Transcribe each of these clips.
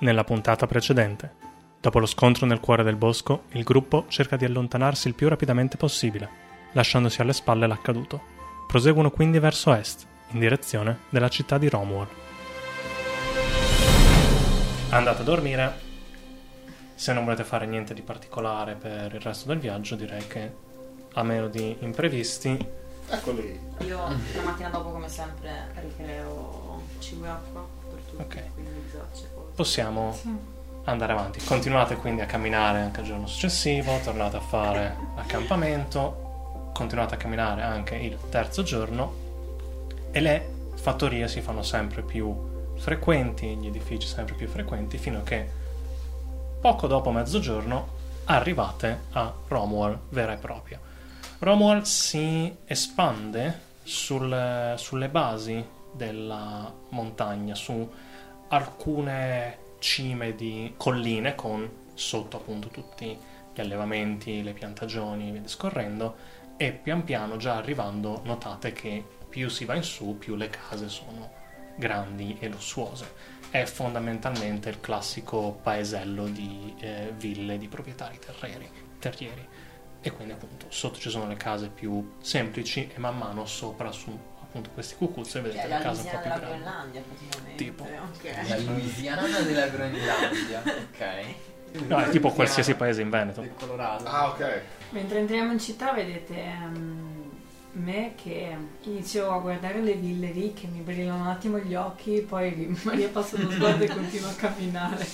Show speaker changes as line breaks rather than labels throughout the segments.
nella puntata precedente. Dopo lo scontro nel cuore del bosco, il gruppo cerca di allontanarsi il più rapidamente possibile, lasciandosi alle spalle l'accaduto. Proseguono quindi verso est, in direzione della città di Romwell. Andate a dormire. Se non volete fare niente di particolare per il resto del viaggio, direi che, a meno di imprevisti,
Eccoli.
Io
Mm.
la mattina dopo, come sempre, ricreo cibo e acqua per tutti,
Ok.
quindi zacce, cose.
possiamo andare avanti. Continuate quindi a camminare anche il giorno successivo, tornate a fare accampamento, continuate a camminare anche il terzo giorno e le fattorie si fanno sempre più frequenti, gli edifici sempre più frequenti, fino a che poco dopo mezzogiorno arrivate a Romwell vera e propria. Romwell si espande sul- sulle basi della montagna, su alcune cime di colline con sotto appunto tutti gli allevamenti, le piantagioni e via discorrendo e pian piano già arrivando notate che più si va in su più le case sono grandi e lussuose. È fondamentalmente il classico paesello di eh, ville di proprietari terrieri, terrieri. E quindi appunto sotto ci sono le case più semplici e man mano sopra su appunto questi cucuzzi vedete
Cioè,
le
la
case un po' più
Louisiana della
grandi.
Groenlandia, praticamente.
Tipo.
Ok.
La Louisiana della Groenlandia. Ok.
No, è tipo
Louisiana
qualsiasi paese in Veneto.
Del Colorado.
Ah, ok.
Mentre entriamo in città vedete ehm, me che inizio a guardare le ville lì che mi brillano un attimo gli occhi, poi ri- Maria passa lo sguardo e continuo a camminare.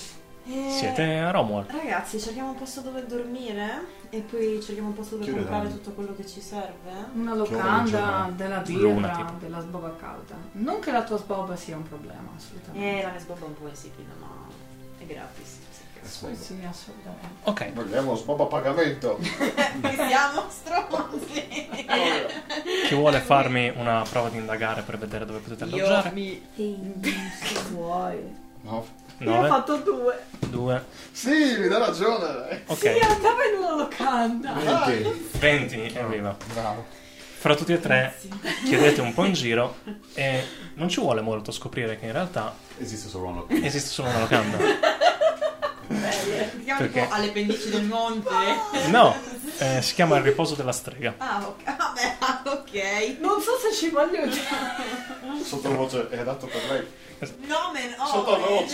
Eh,
Siete a Romwell.
Ragazzi, cerchiamo un posto dove dormire e poi cerchiamo un posto dove
Chiude,
comprare
dai.
tutto quello che ci serve.
Una
Giorno,
locanda, della
Luna,
birra,
tipo.
della sboba calda. Non che la tua sboba sia un problema, assolutamente.
Eh, la mia sbobba è un po' insipida, ma è gratis.
Eh, Sì, sì, assolutamente.
Ok,
Vogliamo sboba a pagamento.
Siamo stronzi.
chi vuole farmi una prova di indagare per vedere dove potete
Io
alloggiare?
mi...
Se vuoi.
No.
Io ho
9,
fatto due.
2,
Sì, mi dà ragione.
ok,
Sì, andavo in una locanda.
Dai.
20, arriva.
Bravo.
Fra tutti e tre chiedete un po' in giro e non ci vuole molto scoprire che in realtà
Esiste solo una
esiste solo una locanda.
Cioè, Ti chiamo
Perché?
tipo alle pendici del monte.
No, eh, si chiama Il riposo della strega.
Ah, ok. Vabbè, ah, ok.
Non so se ci voglio aiutare.
Sottovoce è adatto per lei.
Nomen, oh.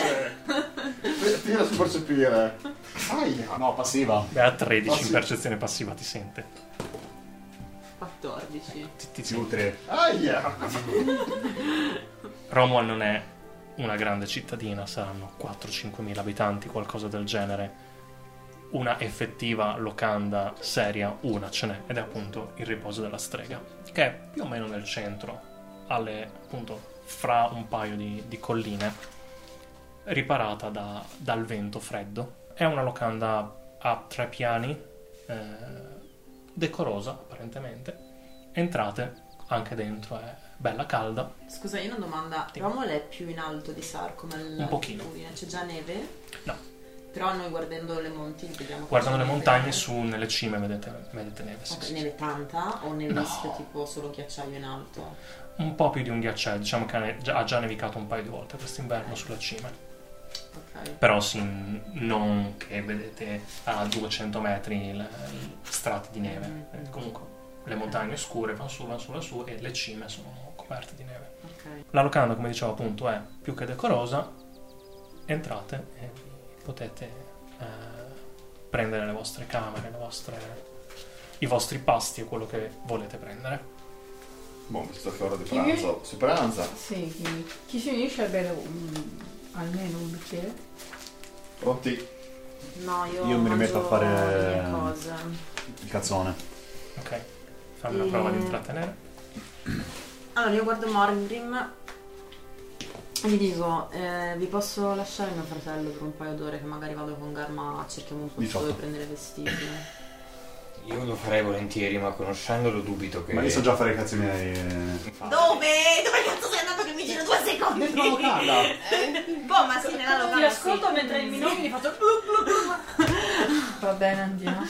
Tira su percepire.
Ah,
Aia. No, passiva.
Beh, a 13
Ah, sì.
in percezione passiva ti sente.
14.
Ti- ti-
Aia.
Romwell non è una grande cittadina, saranno 4-5 mila abitanti, qualcosa del genere. Una effettiva locanda seria, una ce n'è, ed è appunto il riposo della strega, che è più o meno nel centro, alle, appunto fra un paio di, di colline, riparata da- dal vento freddo. È una locanda a tre piani, eh, decorosa apparentemente. Entrate, anche dentro è bella calda,
Scusa, io ho una domanda.
Dimmi.
Romol è più in alto di Sarco, ma
Un pochino.
C'è già neve?
No.
Però noi guardando le monti vediamo... che
Guardando
c'è
le
neve.
montagne, su nelle cime vedete, vedete neve. sì,
Ok,
sì, sì.
neve tanta o neve
No.
mischia, tipo solo ghiacciaio in alto?
Un po' più di un ghiacciaio, diciamo che ha ne- già- ha già nevicato un paio di volte quest'inverno sulla cima.
Ok.
Però sì, non che vedete a 200 metri le- strati di neve.
Mm.
Eh, Comunque le montagne scure vanno su, vanno su, vanno su e le cime sono coperte di neve.
Ok.
La locanda, come dicevo appunto, è più che decorosa. Entrate e vi potete eh, prendere le vostre camere, le vostre- i vostri pasti e quello che volete prendere.
Boh, visto che è ora di
Chi
pranzo. Si pranza.
Sì, chi, chi si unisce a bere un- almeno un bicchiere?
Pronti?
No, io...
Io mi rimetto a
mangio
fare-
le mie cose.
Il cazzone.
Ok, fammi una
Mm.
prova di
Eh.
intrattenere.
Allora, io guardo Morgrim e gli dico, eh, vi posso lasciare mio fratello per un paio d'ore che magari vado con Garma, cerchiamo un posto dove
18.
prendere vestiti.
Io lo farei volentieri, ma conoscendolo dubito che.
Ma io so già fare i cazzi miei. eh.
Dove? Dove cazzo sei andato che mi giro due secondi?
Dentro la locanda.
Eh, Boh, ma sì, nella locanda.
Ti ascolto mentre il minore mi faccio... Va bene, andiamo.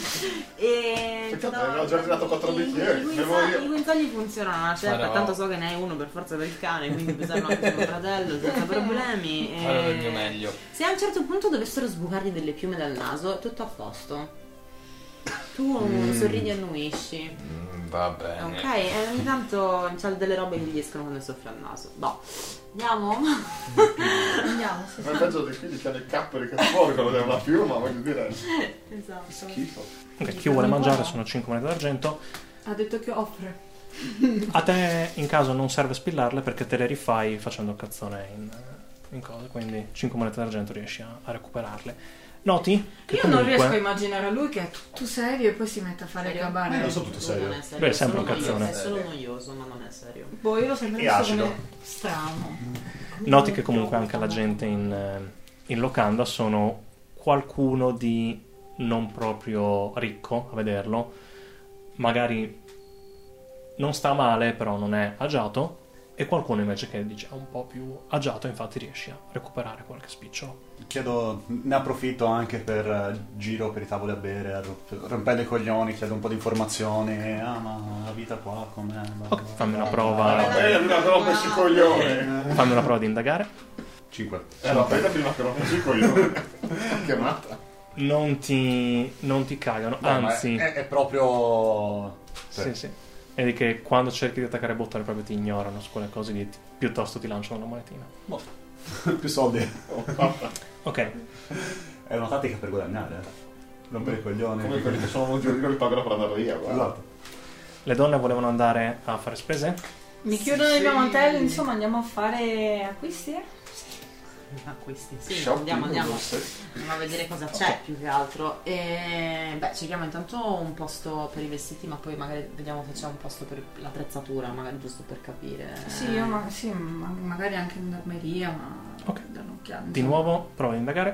E.
Peccato,
però-
avevo Cioè, già tirato quattro eh,
i-
bicchieri,
I,
memoria.
guinzagli, i guinzagli funzionano, cioè,
Farò-
tanto so che ne hai uno per forza per il cane, quindi bisogna anche suo fratello senza problemi. e-
Farò del mio meglio.
Se a un certo punto dovessero sbucargli delle piume dal naso, è tutto a posto. Tu
Mm.
sorridi e annuisci.
Mm, va bene.
Ok, e ogni tanto c'ha delle robe che gli escono quando soffia al naso. Boh, andiamo?
Andiamo, sì.
Ma il peggio di qui li chiama il capperi che fuori quello della piuma, voglio dire, è
Esatto.
schifo.
Ok, chi vuole mangiare sono 5 monete d'argento.
Ha detto che offre.
A te in caso non serve spillarle perché te le rifai facendo cazzone in, in cose, quindi 5 monete d'argento riesci a, a recuperarle. Noti che
Io non
comunque
riesco a immaginare a lui che è tutto serio Eh. e poi si mette a fare
Serio?
cabare.
Ma io so tutto serio.
Non è serio.
Lui è sempre un
solo noioso,
cazzone.
È solo noioso, ma non è serio.
Boh, io l'ho sempre
È
visto
acido.
come strano.
Mm. noti che comunque anche la gente in, eh, in locanda sono qualcuno di non proprio ricco a vederlo, magari non sta male, però non è agiato, e qualcuno invece che dice è un po' più agiato, infatti riesci a recuperare qualche spicciolo.
Chiedo, ne approfitto anche per eh, giro per i tavoli a bere, a ro- rompendo i coglioni, chiedo un po' di informazioni. Ah, ma la vita qua com'è? Bla,
Ok,
bla.
fammi una
Ah,
prova,
Eh, lui ha troppo sui coglioni.
fammi una prova di indagare.
Cinque.
Eh, l'ho presa prima che rompo sui coglioni. Che matta.
non ti, non ti cagano, anzi,
È, eh, è proprio...
sì, sì. Vedi che quando cerchi di attaccare il bottone proprio ti ignorano su quelle cose lì, ti- piuttosto ti lanciano una monetina.
Più soldi.
Oh, matta.
Ok,
È una tattica per guadagnare. eh. Rompere i coglioni.
Come quelli che sono giù, io li pagano per andare via, guarda.
Esatto.
le donne volevano andare a fare spese?
Mi chiudono il mio mantello, insomma, andiamo a fare acquisti?
Acquisti. Sì,
Shopping,
andiamo, andiamo.
non so se-
Andiamo a vedere cosa c'è più che altro. E beh, cerchiamo intanto un posto per i vestiti, ma poi magari vediamo se c'è un posto per l'attrezzatura, magari giusto per capire.
Sì,
Eh.
io ma- sì, ma- magari anche in armeria, ma
Ok.
da un'occhiata.
Di nuovo, prova ad indagare.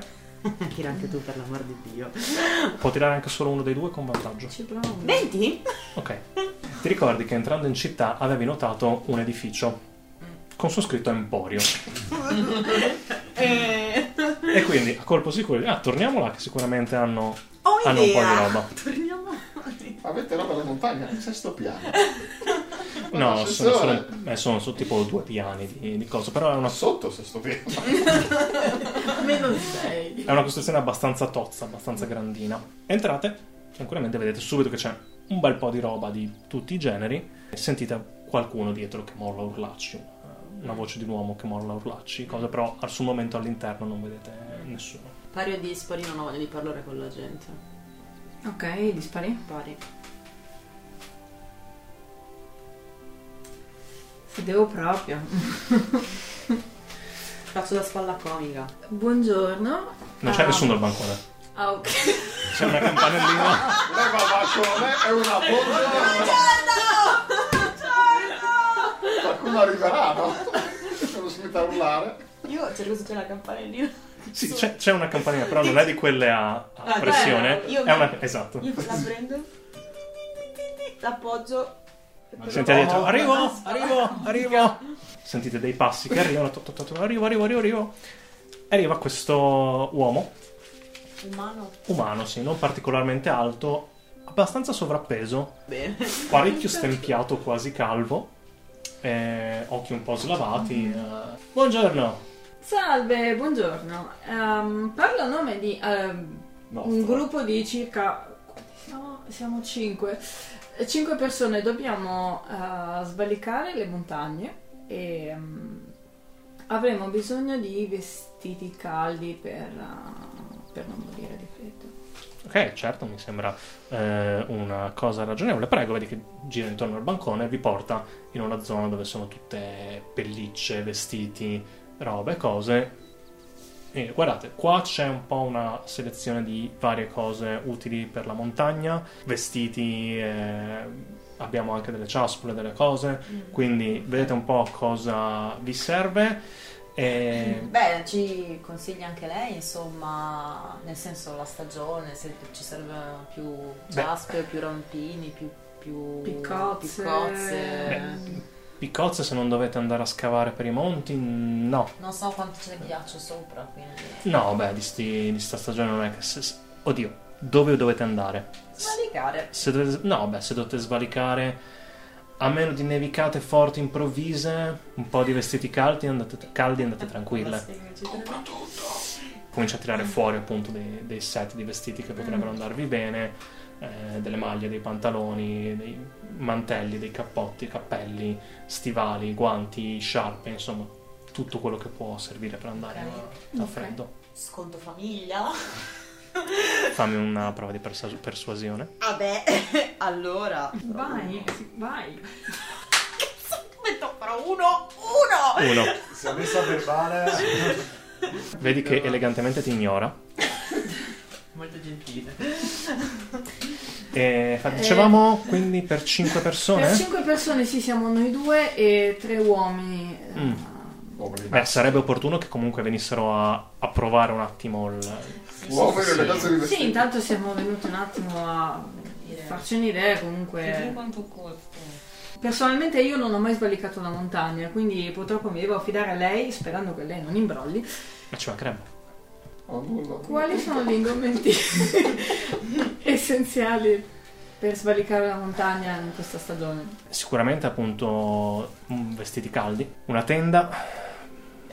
Tira anche tu, per l'amor di Dio.
Può tirare anche solo uno dei due con vantaggio.
Ci provo.
20?
Ok, ti ricordi che entrando in città avevi notato un edificio con su scritto Emporio.
Eh,
E quindi a colpo sicuro, ah, torniamo là che sicuramente hanno,
ho
hanno un po' di
idea.
roba.
Torniamo.
Avete roba da montagna? Il sesto piano.
No, sono,
l'ascensore.
sono- eh, sono su tipo due piani di, di cosa, però è una
Ma sotto il sesto piano.
Meno 6.
È una costruzione abbastanza tozza, abbastanza grandina. Entrate, tranquillamente vedete subito che c'è un bel po' di roba di tutti i generi. Sentite qualcuno dietro che molla urlacci, una- una voce di un uomo che molla urlacci, cosa però al suo momento all'interno non vedete nessuno.
Pari o dispari, non ho voglia di parlare con la gente.
Ok, dispari.
Pari.
Se devo proprio.
Faccio la spalla comica.
Buongiorno.
Non c'è
Ah.
nessuno al bancone.
Ah, ok.
C'è una campanellina.
Leva bacione è una bomba. Qualcuno arriverà, no? Sono subito a urlare.
Io cerco se c'è la campanellina.
Sì, c'è, c'è una campanellina, però non è di quelle a, a
Ah,
pressione.
dai, io-
È una, esatto.
Io la prendo, l'appoggio.
Sentite dietro, arrivo, arrivo, arrivo. Sentite dei passi che arrivano, to- to- to- to- arrivo, arrivo, arrivo, arrivo. E Arriva questo uomo,
Umano.
umano, sì, non particolarmente alto, abbastanza sovrappeso,
Bene.
parecchio stempiato, quasi calvo, eh, occhi un po' slavati. eh. Buongiorno,
Salve, buongiorno. Ehm, parlo a nome di ehm,
Mm.
un gruppo di circa. quanti Siamo, siamo cinque. Eh, Cinque persone dobbiamo eh, svalicare le montagne e ehm, avremo bisogno di vestiti caldi per, eh, per non morire di freddo.
Ok, certo, mi sembra eh, una cosa ragionevole. Prego, vedi che gira intorno al bancone e vi porta in una zona dove sono tutte pellicce, vestiti, robe, cose. E guardate, qua c'è un po' una selezione di varie cose utili per la montagna, vestiti, eh, abbiamo anche delle ciaspole, delle cose, quindi vedete un po' cosa vi serve. E...
Beh, ci consiglia anche lei, insomma, nel senso la stagione, se ci servono più ciaspe, più rampini, più, più
Piccozze.
Oh, piccozze.
Piccozze se non dovete andare a scavare per i monti, no,
Non so quanto c'è di ghiaccio sopra, quindi...
No, beh, di, sti- di sta stagione non è che. se- se- oddio, dove dovete andare.
Svalicare.
Se dovete, no, beh, se dovete svalicare a meno di nevicate forti improvvise, un po' di vestiti caldi, andate, caldi, andate
Ah,
tranquille. comincia a tirare fuori appunto dei, dei set di vestiti che
Ah.
potrebbero andarvi bene, eh, delle maglie, dei pantaloni, dei mantelli, dei cappotti, cappelli, stivali, guanti, sciarpe, insomma tutto quello che può servire per andare a- a
Ok.
freddo.
Sconto famiglia.
Fammi una prova di persu- persuasione.
Vabbè, allora.
Vai, sì, vai.
Metto ancora uno. Uno!
Uno.
Se messa verbale...
Vedi che elegantemente ti ignora.
Molto gentile.
E fa- dicevamo quindi per 5
Per
persone?
5 persone sì, siamo noi due e tre uomini. eh,
Mm. Beh, sarebbe opportuno che comunque venissero a, a provare un attimo il...
Uomo e
Sì.
ragazzo di
Sì,
vestiti.
intanto siamo venuti un attimo a farci un'idea comunque.
quanto costa.
Personalmente io non ho mai sbalicato una montagna, quindi purtroppo mi devo affidare a lei sperando che lei non imbrolli.
Ma ci mancherebbe.
Oh, nulla.
Quali sono gli ingredienti essenziali per svalicare la montagna in questa stagione?
Sicuramente appunto mm, vestiti caldi, una tenda,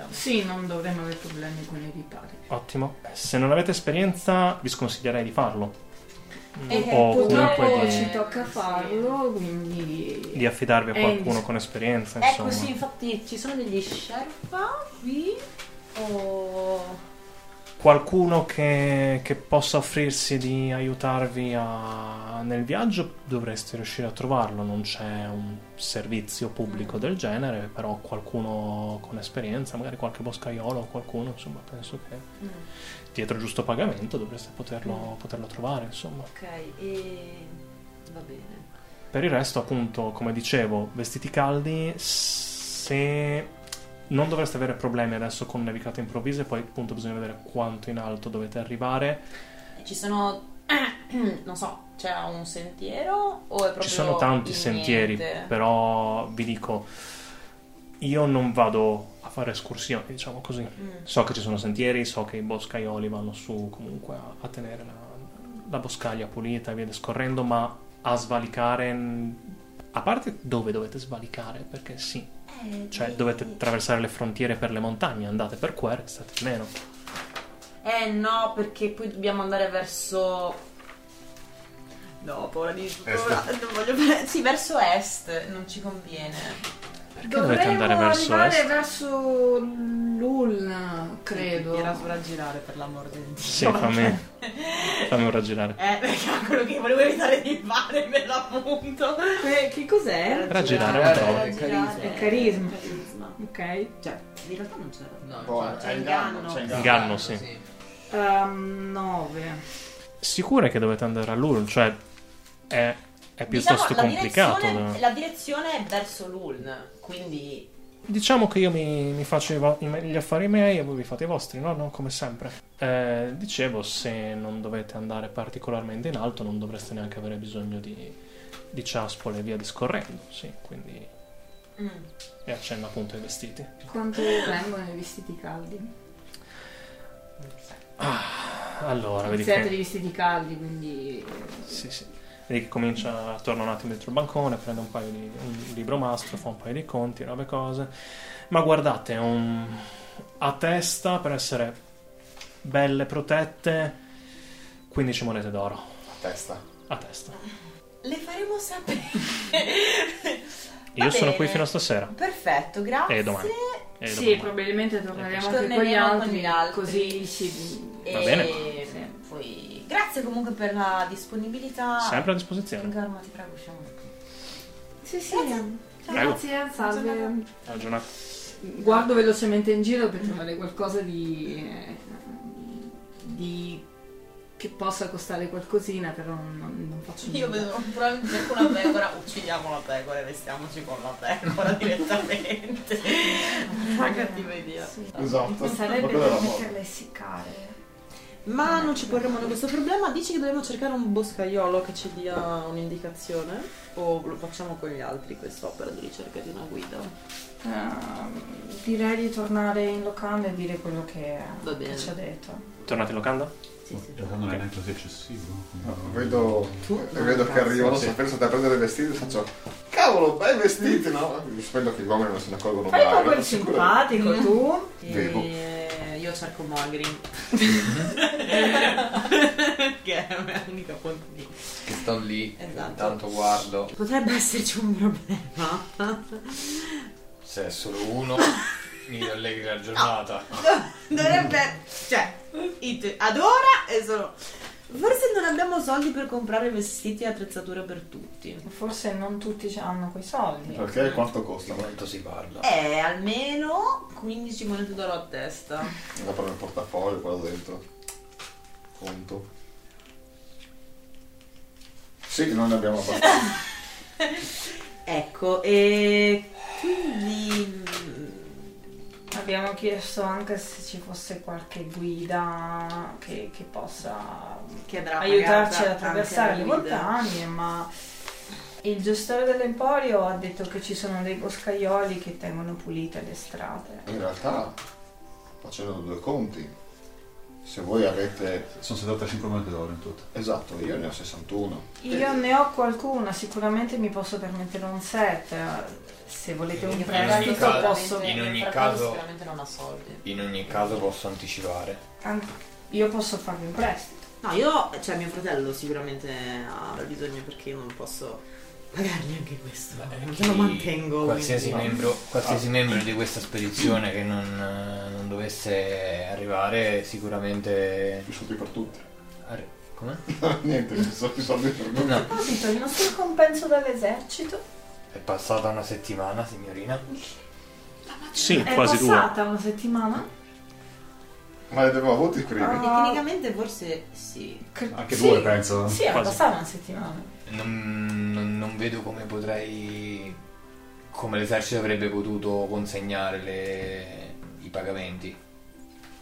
Sì, non dovremmo avere problemi con i ripari.
ottimo. Se non avete esperienza vi sconsiglierei di farlo. Mm,
Eh,
o
Purtroppo
comunque
ci
di,
tocca
sì.
farlo, quindi...
di affidarvi a
Eh,
qualcuno
dis-
con esperienza,
Ecco,
insomma.
sì, infatti ci sono degli sherpa qui. O.
Qualcuno che, che possa offrirsi di aiutarvi a- nel viaggio dovreste riuscire a trovarlo, non c'è un servizio pubblico del genere, però qualcuno con esperienza, magari qualche boscaiolo o qualcuno, insomma, penso che
Mm,
dietro giusto pagamento dovreste poterlo, poterlo trovare, insomma.
ok, e. Va bene.
Per il resto, appunto, come dicevo, vestiti caldi, se non dovreste avere problemi adesso con nevicate improvvise, poi appunto bisogna vedere quanto in alto dovete arrivare.
Ci sono. non so, c'è un sentiero o è proprio.
Ci sono tanti
il
sentieri,
niente?
però vi dico, io non vado a fare escursioni, diciamo così.
Mm.
So che ci sono sentieri, so che i boscaioli vanno su comunque a, a tenere la, la boscaglia pulita e via discorrendo, ma a svalicare... mm, A parte dove dovete svalicare, perché sì,
Eh,
Cioè,
sì.
dovete attraversare le frontiere per le montagne, andate per qua, restate meno.
Eh no, perché poi dobbiamo andare verso. No, ho paura di.
Est.
paura- Non voglio. Sì, verso est non ci conviene.
Perché dovete andare verso
arrivare
est?
verso l'Ulna, credo.
Era sovraggirare per l'amor del Dio.
Sì, fammi, fammi raggirare.
Eh, perché era quello che volevo evitare di fare per l'appunto.
Que- Che cos'è?
Cioè,
Raggirare
è una
prova.
Raggirare.
È carisma.
È carisma.
Carisma.
Ok.
Cioè, in realtà non c'era.
No,
Boh,
infatti.
c'è inganno, c'è inganno.
Inganno, sì.
Ehm, 9.
Sicure che dovete andare a Lul, cioè è, è piuttosto
Diciamo, la
complicato.
Direzione, la direzione è verso l'Uln, quindi
Diciamo che io mi, mi faccio i vo- i me- gli affari miei e voi vi fate i vostri, no? No, come sempre. Eh, dicevo, se non dovete andare particolarmente in alto, non dovreste neanche avere bisogno di, di ciaspole e via discorrendo, sì, quindi...
Mm.
E accenna appunto ai vestiti.
Quanto vengono i vestiti caldi?
Allora, Ah, vedi
Siete
che...
dei vestiti caldi, quindi...
Sì, sì. Vedi che comincia, torna un attimo dietro il bancone, prende un paio di un libro mastro, fa un paio di conti, robe cose. Ma guardate, un- a testa per essere belle protette 15 monete d'oro
Testa.
a testa.
le faremo sapere.
Io
Va
sono
bene.
qui fino a stasera.
Perfetto, grazie.
E domani. E Eh, dopo
Sì,
domani.
probabilmente torneremo anche
Torneremo
con gli altri,
con gli altri.
così ci...
E
Va bene.
poi grazie comunque per la disponibilità.
Sempre a disposizione.
Garma, ti prego, usciamo.
Sì, sì.
Prego.
Grazie, salve.
Buona giornata.
Guardo velocemente in giro per trovare qualcosa di... eh, di... che possa costare qualcosina, però non, non faccio nulla.
Io vedo probabilmente cerco una pecora, uccidiamo la pecora e vestiamoci con la pecora direttamente. Una cattiva idea.
Esatto. Ma
Sarebbe
quella era
per
la moda.
metterla a essiccare.
Ma non ci porremo noi questo problema, dici che dobbiamo cercare un boscaiolo che ci dia un'indicazione? O lo facciamo con gli altri quest'opera di ricerca di una guida?
Ehm, direi di tornare in locanda e dire quello che,
Va bene.
che ci ha detto.
Tornate in locanda?
Sì, sì.
Eh, non è neanche così eccessivo.
Vedo, vedo che arrivo, non so, penso a prendere i vestiti e faccio Cavolo, bei vestiti, no? Spero che gli uomini non se ne accorgono
Fai
mai,
proprio
no?
il simpatico tu.
Devo.
E io cerco Magrin.
Mm-hmm. Che è l'unica fonte di...
Che sto lì,
Esatto.
intanto guardo.
Potrebbe esserci un problema.
Se è solo uno, mi allegri la giornata.
Dovrebbe... Cioè, it- ad ora è solo... Forse non abbiamo soldi per comprare vestiti e attrezzature per tutti.
Forse non tutti ci- hanno quei soldi.
Perché quanto
Di
costano?
quanto si parla?
Eh, almeno 15 monete d'oro a testa.
Vado a prendere il portafoglio, quello dentro. Conto. Sì, non ne abbiamo abbastanza.
Ecco, e quindi... mm,
Abbiamo chiesto anche se ci fosse qualche guida che, che possa
Che andrà
aiutarci ad
pagata
attraversare
anche
le
la guida.
montagne, ma il gestore dell'emporio ha detto che ci sono dei boscaioli che tengono pulite le strade.
In realtà, facendo due conti, se voi avete...
Sono 75 monete d'oro in tutto.
Esatto, io ne ho 61.
Io ne ho qualcuna, sicuramente mi posso permettere un set. Se volete un
In
prezzo
ogni
io
caso-
posso.
in ogni
Fratello
caso-
Sicuramente non ha soldi.
In ogni caso posso anticipare.
an- Io posso farvi un prestito.
No, io, cioè mio fratello sicuramente avrà bisogno perché io non posso pagargli anche questo. Perché lo
Chi-
mantengo.
Qualsiasi,
quindi. Ah.
membro, qualsiasi membro di questa spedizione che non, eh, non dovesse arrivare sicuramente...
I soldi per tutti.
arri- Come?
Niente, ci sono i soldi per tutti.
No.
Ho detto il nostro compenso dall'esercito.
È passata una settimana, signorina.
Sì,
È
quasi due.
passata una settimana.
Ma li avevo avuti
Ah.
prima.
E tecnicamente forse sì.
Cre-
Anche
sì.
due, penso.
Sì, è
Quasi.
passata una settimana.
Non, non- non vedo come potrei. come l'esercito avrebbe potuto consegnare le- i pagamenti.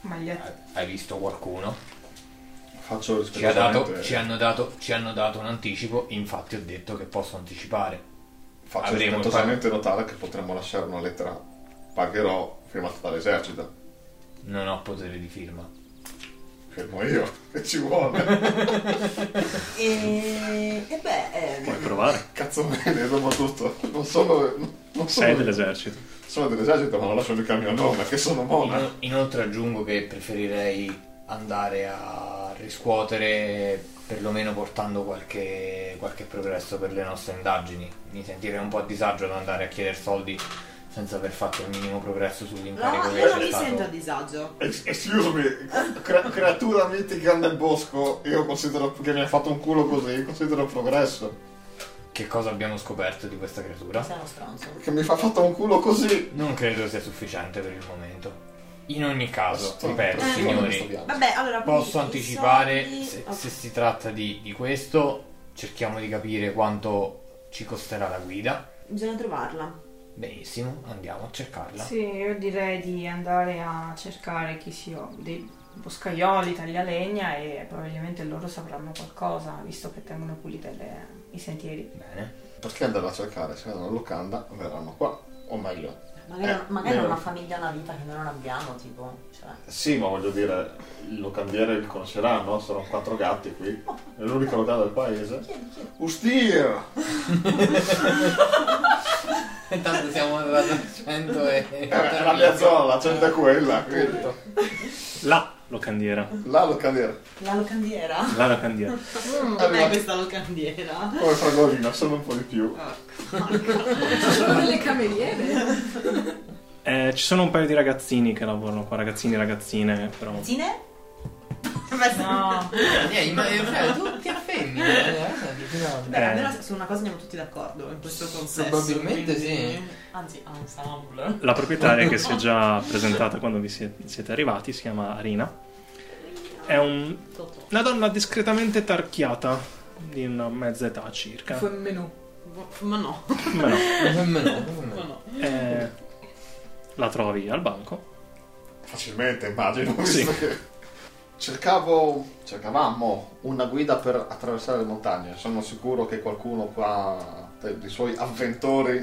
Maglietta.
Hai visto qualcuno?
Faccio
Ci, ha dato,
rispettosamente-
ci hanno dato, ci hanno dato un anticipo, infatti ho detto che posso anticipare.
Faccio
Avremo
rispettosamente notare che potremmo lasciare una lettera pagherò firmata dall'esercito.
Non ho potere di firma.
Fermo io, che ci vuole.
E, e beh,
Puoi
ehm,
provare.
Cazzo bene, dopo tutto. Non sono, non
Sei
sono,
dell'esercito.
sono dell'esercito, ma non lascio mica il mio nome, che sono mona.
Ino- inoltre aggiungo che preferirei andare a riscuotere perlomeno portando qualche, qualche progresso per le nostre indagini. Mi sentirei un po' a disagio ad andare a chiedere soldi senza aver fatto il minimo progresso sull'incarico
no,
che
io non
c'è
mi
stato.
sento a disagio.
Ex- Excuse me, cre- creatura mitica nel bosco, io considero che mi ha fatto un culo così, considero progresso.
Che cosa abbiamo scoperto di questa creatura?
Sei uno stronzo.
Che mi fa fatto un culo così.
Non credo sia sufficiente per il momento. In ogni caso,
Sto-
ripeto,
Eh,
sto- sto
signori,
viaggio.
Vabbè, allora quindi
posso
i
anticipare
soldi-
se,
ok.
se si tratta di, di questo. Cerchiamo di capire quanto ci costerà la guida.
Bisogna trovarla.
Benissimo, andiamo a cercarla.
Eh, Sì, io direi di andare a cercare chi si ho dei boscaioli, taglialegna e probabilmente loro sapranno qualcosa, visto che tengono pulite le- i sentieri.
Bene.
Perché andare a cercare? Se vanno a locanda verranno qua. O meglio,
Magari,
Eh,
magari
vero.
una famiglia ha una vita che noi non abbiamo, tipo. Cioè.
Sì, ma voglio dire, il locandiere li conoscerà, no? Sono quattro gatti qui. È l'unica locanda del paese.
Chiedi, chiedi.
Ustia!
Intanto siamo arrivati a 100 e...
Era Eh, la
ecco.
mia zona, c'è da quella. quindi.
La locandiera.
La locandiera.
La locandiera?
La locandiera.
Mm,
Com'è questa locandiera?
Come fragolina, solo un po' di più.
Sono delle cameriere?
Eh, ci sono un paio di ragazzini che lavorano qua, ragazzini e ragazzine, però.
Zine?
No.
Eh, tutti a eh, femmine.
Beh,
Eh.
almeno su una cosa andiamo tutti d'accordo in questo consesso.
Probabilmente
quindi-
sì.
Anzi, ensemble.
La proprietaria che si è già presentata quando vi sie- siete arrivati si chiama Rina. È un- una donna discretamente tarchiata, di una mezza età
eh.
circa.
Femminù.
Boh,
Ma no,
Ma no.
ma no.
Eh, la trovi al banco.
Facilmente, immagino.
Sì.
visto che- Cercavo, cercavamo una guida per attraversare le montagne. Sono sicuro che qualcuno qua, dei suoi avventori,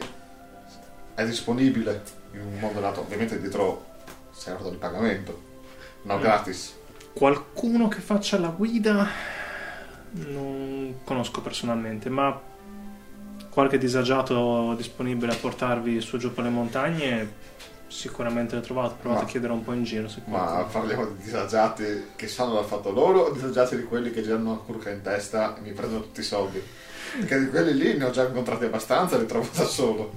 è disponibile in un modo dato. Ovviamente dietro si è di pagamento. No, gratis.
Qualcuno che faccia la guida non conosco personalmente, ma qualche disagiato disponibile a portarvi su e giù per le montagne sicuramente l'ho trovato. Provate
Ma-
a chiedere un po' in giro. Se
Ma
qualcuno-
parliamo di disagiati che sanno dal fatto loro o disagiati di quelli che girano la curca in testa e mi prendono tutti i soldi? Perché di quelli lì ne ho già incontrati abbastanza, li trovo da solo.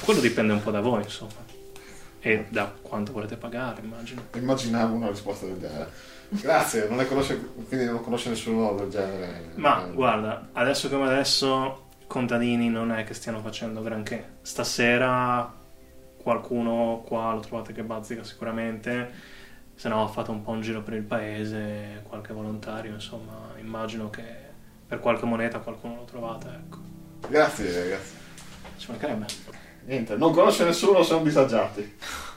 Quello dipende un po' da voi, insomma. E da quanto volete pagare, immagino.
Immaginavo una risposta del genere. Grazie, non ne conosce, quindi non conosce nessuno del genere.
Ma
Eh,
guarda, adesso come adesso, contadini non è che stiano facendo granché. Stasera qualcuno qua lo trovate che bazzica sicuramente. Se no, fate un po' un giro per il paese, qualche volontario, insomma, immagino che per qualche moneta qualcuno lo trovate, ecco.
Grazie, ragazzi.
Ci mancherebbe.
Niente, non conosce nessuno, sono disagiati.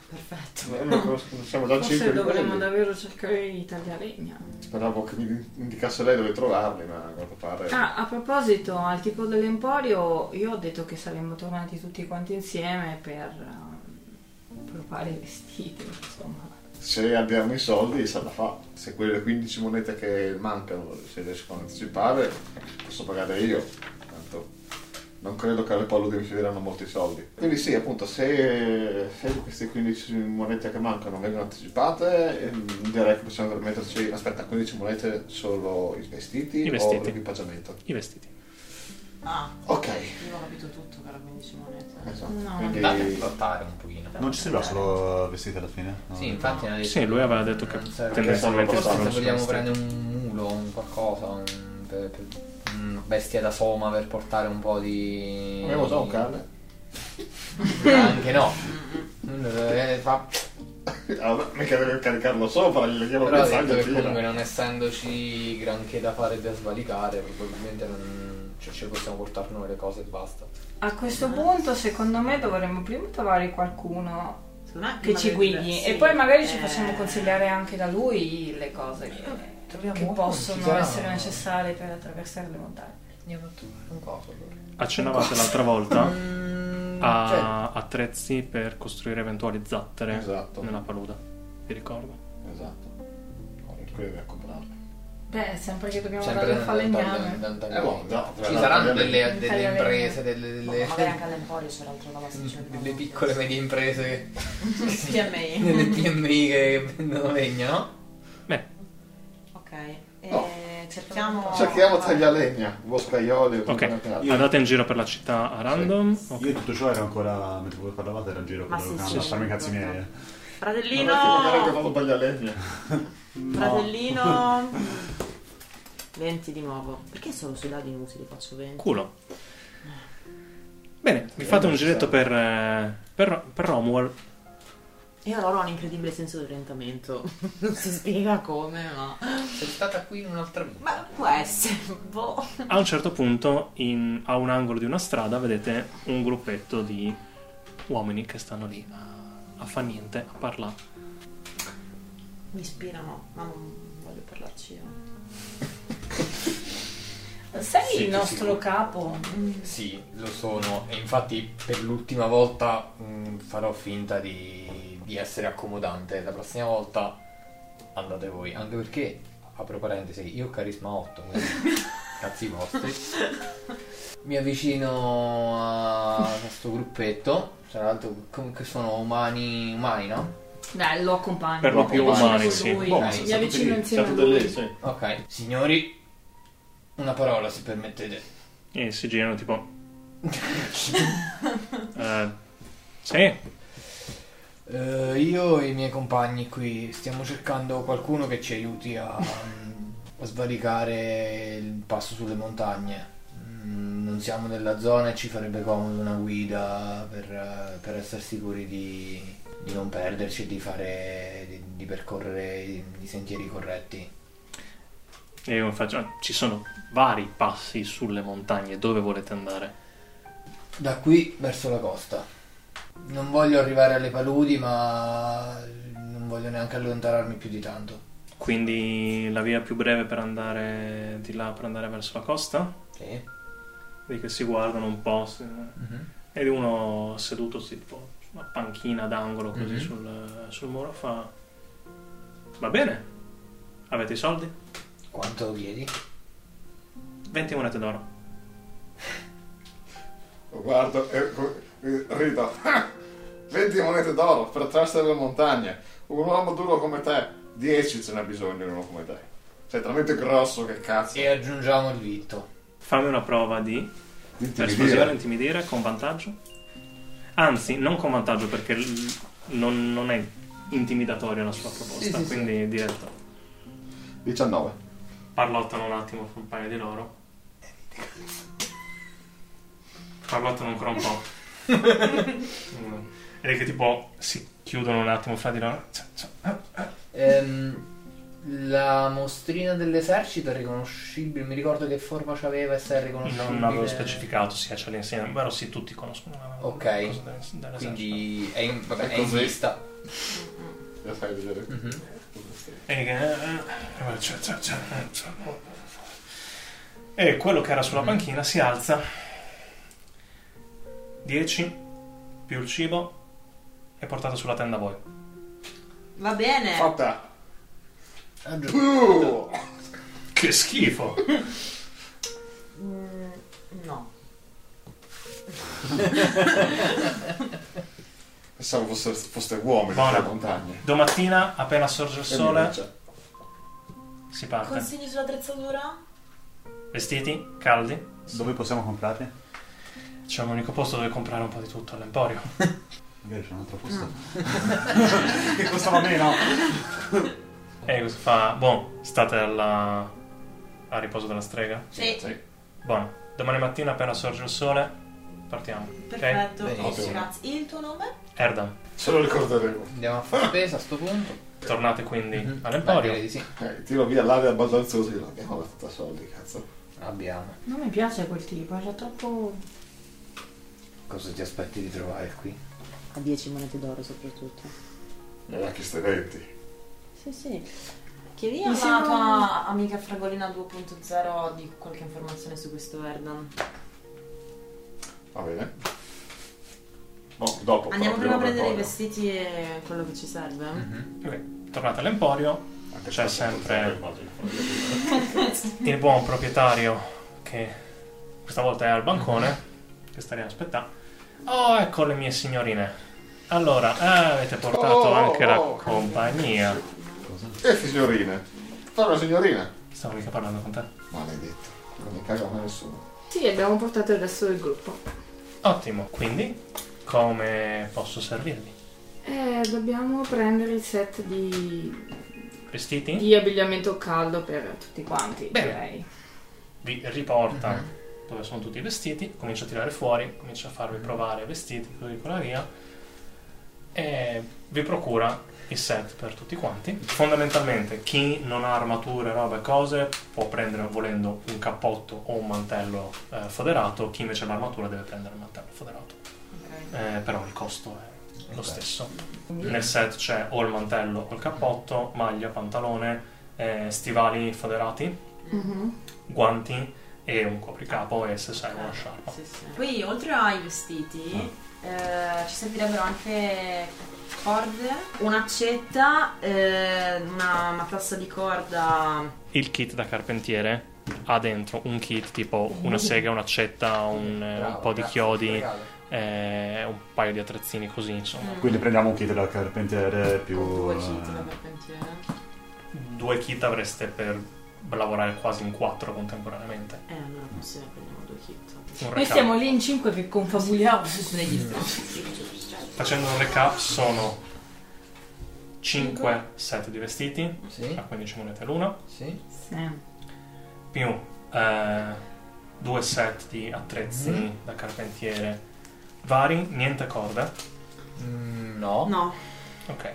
Perfetto.
Eh, non conosco- Siamo già
Forse
cinque di
dovremmo
quelli.
davvero cercare di tagliaregna.
Speravo che mi indicasse lei dove trovarli, ma a quanto pare...
Ah, a proposito, al tipo dell'emporio, io ho detto che saremmo tornati tutti quanti insieme per ehm, provare i vestiti, insomma.
Se abbiamo i soldi se la fa. Se quelle 15 monete che mancano, se riesco a anticipare, posso pagare io. Tanto non credo che alle Paolo mi serviranno molti soldi. Quindi sì, appunto, se, se queste 15 monete che mancano vengono anticipate, ehm, direi che possiamo permetterci, aspetta, 15 monete solo i vestiti,
I
o
vestiti.
l'equipaggiamento.
I vestiti.
Ah,
Ok.
io ho capito tutto per la 15 monete.
Esatto.
No,
Quindi
Andate a flottare un pochino.
Non ci serviva solo eh, vestiti alla fine? No.
Sì, infatti ne ha detto-
Sì, lui aveva detto che
non serve.
tendenzialmente
Perché
Forse
sono
solo
se
sono
vogliamo
vestiti.
prendere un mulo, un qualcosa, un- per- per- una bestia da soma per portare un po' di...
Abbiamo già un cane.
Anche no. Eh, fa-
Allora, Ah, mica deve caricarlo sopra, gli leghiamo
Però
il
ha detto
sangue
che
e tira.
comunque non essendoci granché da fare e da svalicare, probabilmente non... cioè, ci possiamo portare noi le cose e basta.
A questo punto, secondo me, dovremmo prima trovare qualcuno
Secondo me
che ci
magari-
guidi
sì,
e poi magari ci
eh,
facciamo consigliare anche da lui le cose che,
Troviamo
che
uno, ci
possono
sarà.
essere necessarie per attraversare le montagne.
Andiamo a trovare un coso allora.
Accennavate l'altra volta
Mm, cioè,
a attrezzi per costruire eventuali zattere
Esatto.
nella paluda, vi ricordo.
Esatto. Quelli da comprarle.
Beh, sempre che dobbiamo
sempre
dare
da-
la
da-
falegname.
da- da- da-
Eh, boh, no,
Ci saranno delle,
In
delle
Italia
imprese, delle, delle-
Ma magari anche all'emporio c'era un trovato
delle piccole e medie imprese,
PMI.
delle PMI che vendono legna, no?
Beh,
Ok. E cerchiamo.
Cerchiamo taglialegna, boscaioli.
ok,
Io...
andate in giro per la città a random. Ok.
Io tutto ciò ero ancora, mentre voi parlavate, era in giro
Ma
per la
sì,
locanda,
sì,
a farmi i cazzi
sì.
miei. eh.
Non è che magari ho
Fratellino!
fatto taglialegna.
Fratellino! 20 di nuovo. Perché solo sui dadi non si li faccio 20?
Culo. Bene, vi fate un giretto per, eh, per, per Romwell.
E allora ho un incredibile senso di orientamento. Non si spiega come, ma.
Sei stata qui in un'altra vita.
Ma può essere. Boh.
A un certo punto, in- a un angolo di una strada, vedete un gruppetto di uomini che stanno lì a, a fa niente, a parlare.
Mi ispirano, ma non voglio parlarci io.
Sei
Sì,
il
sì,
nostro
sì.
capo?
Sì, lo sono e infatti per l'ultima volta mh, farò finta di, di essere accomodante. La prossima volta andate voi, anche perché, apro parentesi, io ho carisma 8, quindi cazzi vostri. Mi avvicino a questo gruppetto, tra l'altro comunque sono umani, umani no?
Dai, lo accompagno.
Per lo più
Mi avvicino
umani,
su
sì.
lui.
Boh, ma sono
Mi avvicino insieme a lui.
Ok, signori, una parola se permettete.
E si girano tipo... eh, sì,
Eh, io e i miei compagni qui stiamo cercando qualcuno che ci aiuti a, mm, a svalicare il passo sulle montagne. Mm, Non siamo nella zona e ci farebbe comodo una guida per, eh, per essere sicuri di, di non perderci e di, fare- di- di percorrere i, i sentieri corretti.
e io faccio... Ci sono vari passi sulle montagne, dove volete andare?
Da qui verso la costa. Non voglio arrivare alle paludi, ma non voglio neanche allontanarmi più di tanto.
Quindi la via più breve per andare di là, per andare verso la costa?
Sì.
Vedi che si guardano un po'. si-
Mhm.
Ed uno seduto sì, tipo, su una panchina d'angolo così
Mhm.
sul, sul muro fa... Va bene? Avete i soldi?
Quanto chiedi?
20 monete d'oro.
Lo guardo e e rido. 20 monete d'oro per trasferire le montagne. Un uomo duro come te, 10 ce n'ha bisogno di uno come te. Sei talmente grosso che cazzo.
E aggiungiamo il vitto.
Fammi una prova di persuasione,
Intimidire.
intimidire con vantaggio. Anzi, non con vantaggio perché l- non, non è intimidatoria la sua proposta,
sì, sì.
quindi diretto.
19.
Parlottano un attimo con un paio di loro. Parlottano ancora un po'. Ed è che tipo si chiudono un attimo fra di loro. Cioè,
Ehm, la mostrina dell'esercito è riconoscibile. Mi ricordo che forma c'aveva e se è riconoscibile.
Non avevo specificato sia c'è l'insieme, però sì, tutti conoscono. una
Ok.
cosa del- dell'esercito.
Quindi
Esatto.
è in, vabbè,
È
è in
così.
vista.
La fai vedere?
Mhm.
E, eh, cioè, cioè, cioè, cioè. E Eh, quello che era sulla panchina si alza 10 più il cibo e portato sulla tenda a voi.
Va bene.
Fatta.
Aggiungo.
Uh!
Che schifo!
Mm, no.
Pensavo fosse, foste uomini
Buona.
tra le montagne.
Domattina, appena sorge il
E
sole,
minaccia.
si parte.
Consigli sull'attrezzatura?
Vestiti, caldi.
Dove possiamo comprarli?
C'è un unico posto dove comprare un po' di tutto all'emporio.
Magari c'è un altro posto.
Mm.
che costava meno.
E cosa Eh, fa? Buon, state alla... a riposo della strega?
Sì.
Buono. Domani mattina, appena sorge il sole, partiamo. Ok?
Perfetto.
Benissimo.
Ottimo, Grazie. Il tuo nome?
Erdan.
Ce lo ricorderemo.
Andiamo a fare spesa a sto punto.
Tornate quindi
Mhm. Beh,
all'emporio.
direi di sì.
Eh, tiro via l'aria baldanzosa e l'abbiamo fatta soldi, cazzo.
Abbiamo.
Non mi piace quel tipo, era troppo.
Cosa ti aspetti di trovare qui?
A 10 monete d'oro soprattutto.
E anche ste 20.
Sì, sì.
Chiedi
Mi
alla
sembra-
tua amica Fragolina 2.0 di qualche informazione su questo Erdan.
Va bene. No, dopo.
Andiamo
però,
prima a prendere i
l'emporio.
vestiti e quello che ci serve.
Ok. Tornate all'emporio.
Anche
Cioè,
C'è
se
sempre-
immagino.
Il buon proprietario, che questa volta è al bancone, che starei a aspettare. Oh, ecco le mie signorine. Allora, eh, avete portato
Oh,
anche la
oh.
compagnia.
E Eh, signorine. Fa una signorina.
Stavo mica parlando con te.
Maledetto. Non mi caga mai nessuno.
Sì, abbiamo portato il resto del gruppo.
Ottimo, quindi come posso servirvi?
Eh, dobbiamo prendere il set di,
Eh?
Vestiti?
di abbigliamento caldo per tutti quanti,
Bene.
direi.
Vi riporta dove sono tutti i vestiti, comincia a tirare fuori, comincia a farvi provare vestiti, così con la via e vi procura il set per tutti quanti. Fondamentalmente chi non ha armature, robe, cose può prendere volendo un cappotto o un mantello eh, foderato, chi invece ha l'armatura deve prendere il mantello foderato. Eh, però il costo è lo
Ok.
stesso. Nel set c'è o il mantello o il cappotto, maglia, pantalone, eh, stivali foderati,
Mhm.
guanti e un copricapo e se sai una sciarpa.
Sì, sì. Poi oltre ai vestiti
Ah.
eh, ci servirebbero anche corde, un'accetta, eh, una, una tassa di corda.
Mm.
Il kit da carpentiere ha dentro un kit tipo una sega, un'accetta, un, eh, un
Bravo,
po' di
grazie,
chiodi,
regalo.
eh, un paio di attrezzini così insomma.
Quindi prendiamo un kit da carpentiere più...
Con due kit da
eh,
carpentiere.
Due kit avreste per lavorare quasi in quattro contemporaneamente.
Eh, allora possiamo prendiamo due kit.
Un
Noi
recap-
stiamo lì in cinque che confabuliamo su degli
Facendo un recap sono 5 set di vestiti a
Sì,
15 monete l'una,
sì.
più 2 set di attrezzi
Mm-hmm.
da carpentiere vari, niente corde.
Mm, no.
No,
Ok.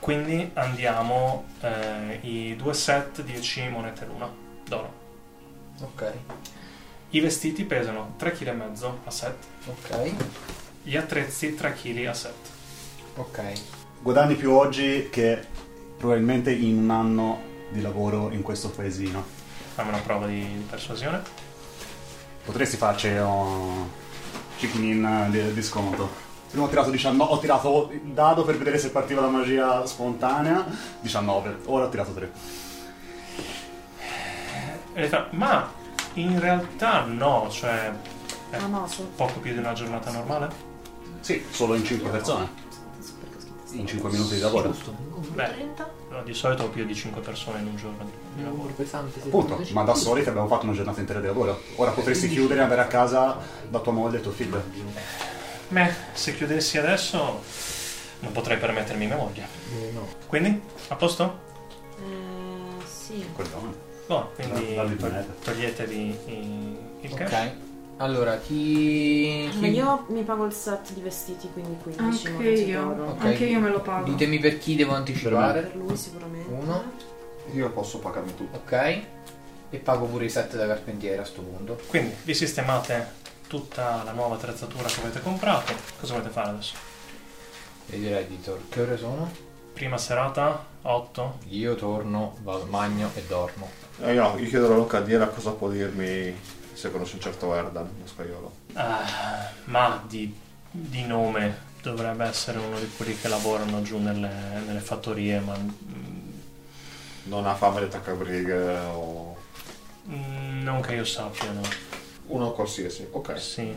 Quindi andiamo eh, i due set 10 monete l'una d'oro.
Ok,
I vestiti pesano 3,5 kg a set,
ok,
gli attrezzi 3 kg a set.
ok.
Guadagni più oggi che probabilmente in un anno di lavoro in questo paesino.
Fammi una prova di, di persuasione.
Potresti farci un chicken in eh, di, di sconto. Prima ho tirato 19, ho tirato il dado per vedere se partiva la magia spontanea, 19, ora ho tirato 3.
E lei fa, ma in realtà no, cioè è
Ah no, sono
poco più di una giornata normale?
Sì, solo in 5 persone, in 5 minuti di lavoro.
Beh. No, di solito più di 5 persone in un giorno di- di lavoro.
Appunto, ma da soli ti abbiamo fatto una giornata intera di lavoro. Ora potresti chiudere e andare a casa da tua moglie e tuo figlio.
Beh, se chiudessi adesso non potrei permettermi mia moglie. Quindi, a posto?
Eh, sì.
Cordone.
Buono, Boh, quindi
Dal- dal internet.
toglietevi i- il cash.
Ok. Allora, chi...
Ma
chi-
io mi pago il set di vestiti, quindi 15
Anche
15
io.
d'oro.
Ok.
Anche io me lo pago.
Ditemi per chi devo anticipare.
Per lui sicuramente.
Uno.
Io posso pagarmi tutto.
Ok. E pago pure i set da carpentiere a sto punto.
Quindi vi sistemate tutta la nuova attrezzatura che avete comprato. Cosa volete fare adesso?
E direi di tor- Che ore sono?
Prima serata, 8.
Io torno, vado al bagno e dormo.
Eh, no, io chiedo alla locandina cosa può dirmi se conosce un certo Erdan, lo spagnolo.
Ah, ma di, di nome dovrebbe essere uno di quelli che lavorano giù nelle, nelle fattorie, ma mm,
Non ha fame di attaccabrighe o
mm, non che io sappia, no.
uno qualsiasi. Ok,
Sì.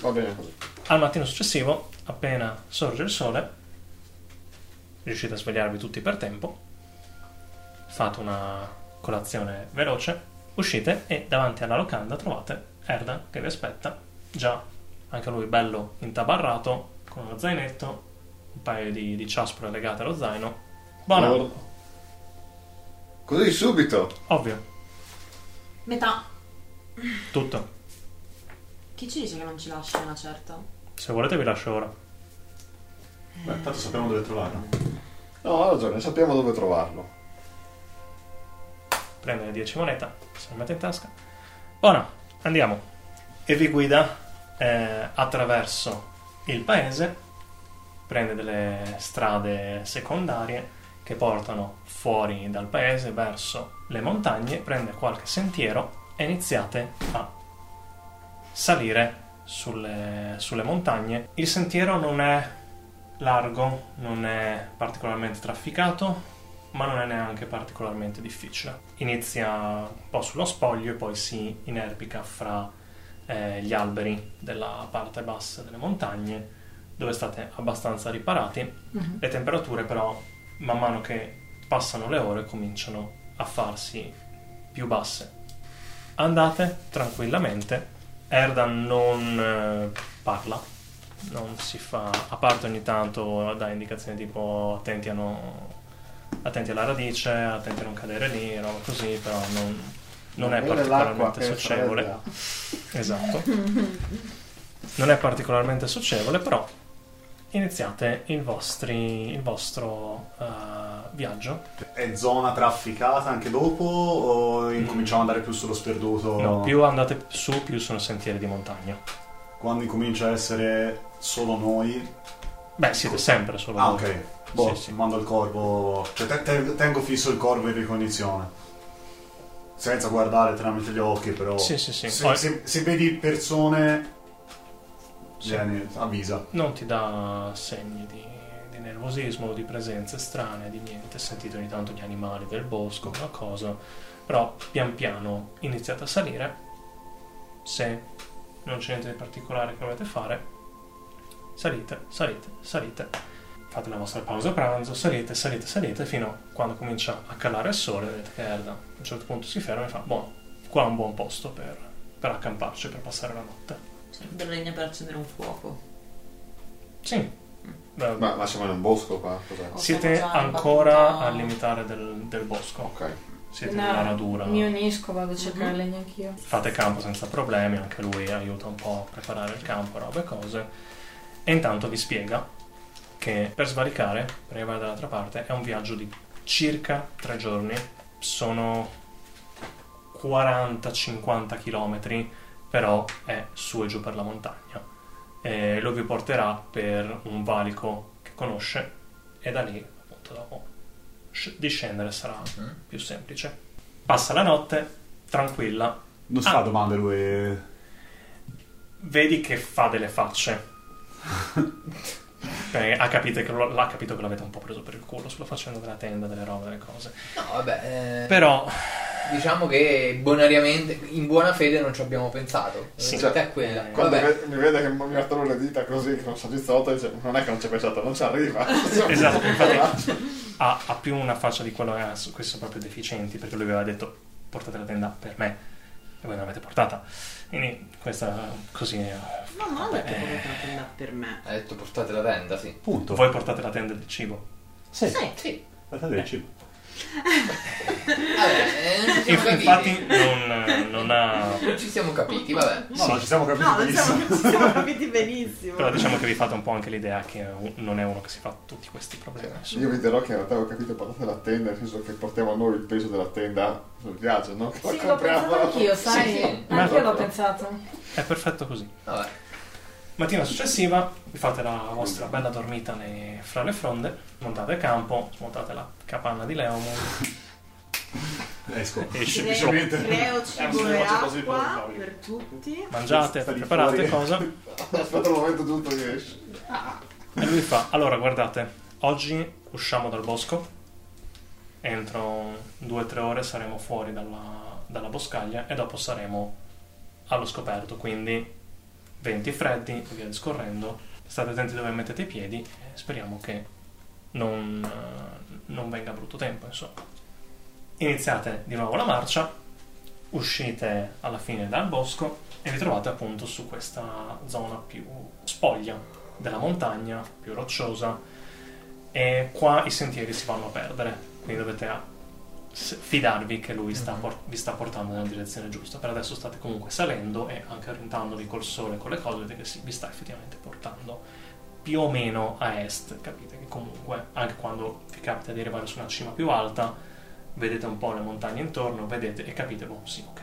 va bene così.
Al mattino successivo, appena sorge il sole, riuscite a svegliarvi tutti per tempo, fate una colazione veloce, uscite e davanti alla locanda trovate Erdan che vi aspetta, già anche lui bello intabarrato, con uno zainetto, un paio di, di ciaspole legate allo zaino. Buona,
Allora. Così subito.
ovvio,
Metà.
tutto.
Chi ci dice che non ci lascia una certa?
Se volete vi lascio ora.
Beh, tanto sappiamo dove trovarlo.
No, ha ragione, sappiamo dove trovarlo.
prende le 10 monete, se le mette in tasca. Buona, andiamo. E vi guida eh, attraverso il paese, prende delle strade secondarie che portano fuori dal paese verso le montagne, prende qualche sentiero e iniziate a salire sulle, sulle montagne. Il sentiero non è largo, non è particolarmente trafficato, ma non è neanche particolarmente difficile. Inizia un po' sullo spoglio e poi si inerpica fra eh, gli alberi della parte bassa delle montagne, dove state abbastanza riparati.
Mhm.
Le temperature però, man mano che passano le ore, cominciano a farsi più basse. Andate tranquillamente. Erdan non eh, parla, non si fa, a parte ogni tanto dà indicazioni tipo attenti a non attenti alla radice, attenti a non cadere lì, roba così, però non, non è
Bene l'acqua
particolarmente
che è
socievole.
fredda.
Esatto. Non è particolarmente socievole, però iniziate il, vostri- il vostro eh, viaggio.
È zona trafficata anche dopo o incominciamo ad andare più sullo sperduto?
No, più andate su, più sono sentieri di montagna.
Quando incomincia a essere solo noi...
Beh, siete sempre solo
Ah,
voi.
ok. Boh,
Sì, sì.
mando il corvo... Cioè, te- te- tengo fisso il corvo in ricognizione. Senza guardare tramite gli occhi, però...
Sì, sì, sì.
Se,
Oh,
se- se vedi persone...
Sì.
Vieni, avvisa.
Non ti dà segni di, di nervosismo, di presenze strane, di niente. Sentite ogni tanto gli animali del bosco, una cosa. Però pian piano iniziate a salire. Se non c'è niente di particolare che volete fare, salite, salite, salite. Fate la vostra pausa pranzo, salite, salite, salite, fino a quando comincia a calare il sole, vedete che Erda a un certo punto si ferma e fa, buono, qua è un buon posto per, per accamparci, per passare la notte.
Cioè,
Cerco del legno per accendere un fuoco.
Sì. Beh,
Ma, ma siamo in un bosco qua, cos'è?
Siete
Siamo già in
ancora
battuta.
al limitare del, del bosco,
Ok.
siete
No,
nella radura,
Mi unisco, vado a cercare legno anch'io.
fate campo senza problemi, anche lui aiuta un po' a preparare il campo, robe e cose. E intanto vi spiega che per svalicare, per arrivare dall'altra parte, è un viaggio di circa tre giorni, sono 40-50 km, però è su e giù per la montagna. E lo vi porterà per un valico che conosce e da lì, appunto, dopo sc- discendere sarà più semplice. Passa la notte, tranquilla,
Non si
Ah.
eh, fa domande lui...
vedi che fa delle facce. Beh, ha capito che, lo- l'ha capito che l'avete un po' preso per il culo sulla faccenda della tenda, delle robe, delle cose.
No, vabbè. eh,
Però
Diciamo che bonariamente, in buona fede non ci abbiamo pensato.
Sì. Eh,
La verità è quella.
Quando
Vabbè.
mi vede che mi artano le dita così, che non so gizzotto, dice, non è che non ci è pensato, non ci arriva.
Esatto, infatti ha, ha più una faccia di quello che ha su questo proprio deficienti, perché lui aveva detto portate la tenda per me e voi non l'avete portata. Quindi questa così eh,
No, no, ho detto
Eh.
che la tenda per me.
Ha detto portate la tenda, sì.
Punto.
voi portate la tenda del cibo.
Sì,
Sì.
guardate
Eh.
il cibo.
Vabbè, eh, non ci
E
siamo
f-
capiti.
infatti non, non ha
Non ci siamo capiti, vabbè.
No, no, ci siamo capiti
No, non
benissimo.
siamo, ci siamo capiti benissimo.
però diciamo che vi fate un po' anche l'idea che è un- non è uno che si fa tutti questi problemi.
Io vi dirò che in realtà ho capito portate la tenda, nel senso che portiamo noi il peso della tenda sul viaggio, non che la
Sì, l'ho
compriamo.
pensato anch'io, sai?
Sì, sì.
Anch'io l'ho pensato.
È perfetto così.
Vabbè.
Mattina successiva vi fate la vostra bella dormita nei- fra le fronde, montate campo, smontate la capanna di Leomund
Esco.
e sci-
Creo, creo cibo e acqua per tutti.
mangiate,
Sta lì
preparate
fuori.
cosa.
Aspetta il momento giusto che esci.
E lui fa, allora guardate, oggi usciamo dal bosco, entro due o tre ore saremo fuori dalla, dalla boscaglia e dopo saremo allo scoperto, quindi venti freddi e via discorrendo, state attenti dove mettete i piedi e speriamo che non, eh, non venga brutto tempo, insomma. Iniziate di nuovo la marcia, uscite alla fine dal bosco e vi trovate appunto su questa zona più spoglia della montagna, più rocciosa, e qua i sentieri si vanno a perdere, quindi dovete ah, s- fidarvi che lui sta por- vi sta portando nella direzione giusta. Per adesso state comunque salendo e anche orientandovi col sole, con le cose, vedete che si- vi sta effettivamente portando più o meno a est, capite che comunque anche quando vi capita di arrivare su una cima più alta, vedete un po' le montagne intorno, vedete e capite, boh, sì, ok,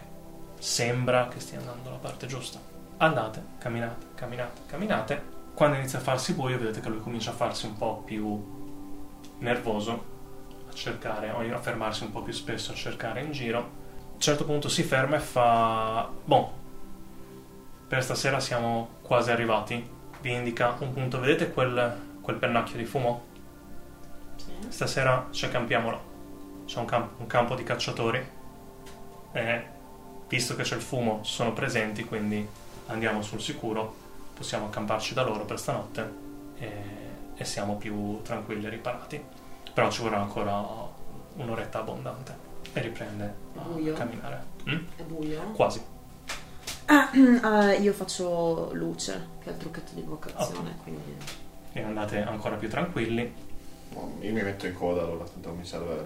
sembra che stia andando la parte giusta. Andate, camminate, camminate, camminate. Quando inizia a farsi buio, vedete che lui comincia a farsi un po' più nervoso, a cercare, o a fermarsi un po' più spesso, a cercare in giro. A un certo punto si ferma e fa: Boh, per stasera siamo quasi arrivati. Vi indica un punto, vedete quel, quel pennacchio di fumo? Stasera ci campiamo là. C'è un, camp- un campo di cacciatori. E visto che c'è il fumo, sono presenti, quindi andiamo sul sicuro. Possiamo accamparci da loro per stanotte e, e siamo più tranquilli e riparati. Però ci vorrà ancora un'oretta abbondante e riprende a
Buio?
camminare. Mm?
È buio?
Quasi.
Ah, io faccio luce, che è il trucchetto di vocazione, quindi...
E andate ancora più tranquilli.
No, Io mi metto in coda allora, tanto mi serve a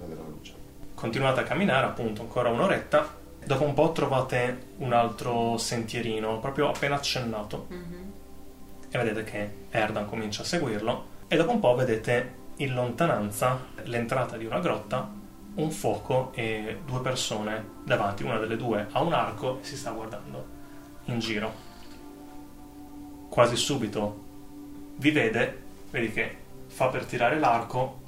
vedere la luce.
Continuate a camminare, appunto, ancora un'oretta. Dopo un po' trovate un altro sentierino, proprio appena accennato.
Mhm.
E vedete che Erdan comincia a seguirlo. E dopo un po' vedete in lontananza l'entrata di una grotta, un fuoco e due persone davanti. Una delle due ha un arco e si sta guardando in giro. Quasi subito vi vede, vedi che fa per tirare l'arco,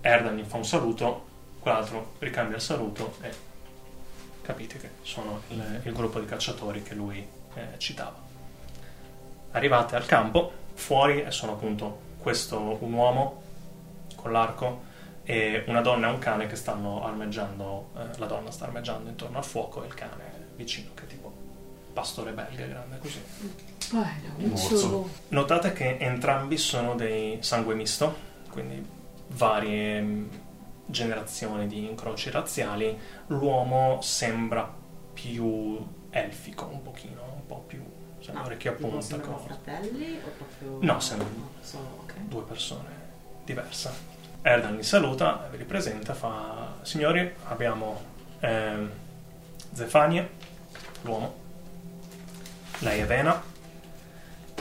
Erdan gli fa un saluto, quell'altro ricambia il saluto e capite che sono il, il gruppo di cacciatori che lui eh, citava. Arrivate al campo, fuori e sono appunto questo un uomo con l'arco e una donna e un cane che stanno armeggiando, eh, la donna sta armeggiando intorno al fuoco e il cane vicino che è tipo pastore belga grande così.
Bello,
orso.
solo.
Notate che entrambi sono dei sangue misto, quindi varie mh, generazioni di incroci razziali. L'uomo sembra più elfico, un pochino, un po' più
Ah,
Ah,
sembra orecchie a
Tipo,
punta,
sembrano
Ah, cosa.
fratelli o proprio...
No, sembrano.
Sono, ok.
due persone diverse. Erdan li saluta, ve li presenta, fa signori, abbiamo ehm, Zefanie, l'uomo, lei è Vena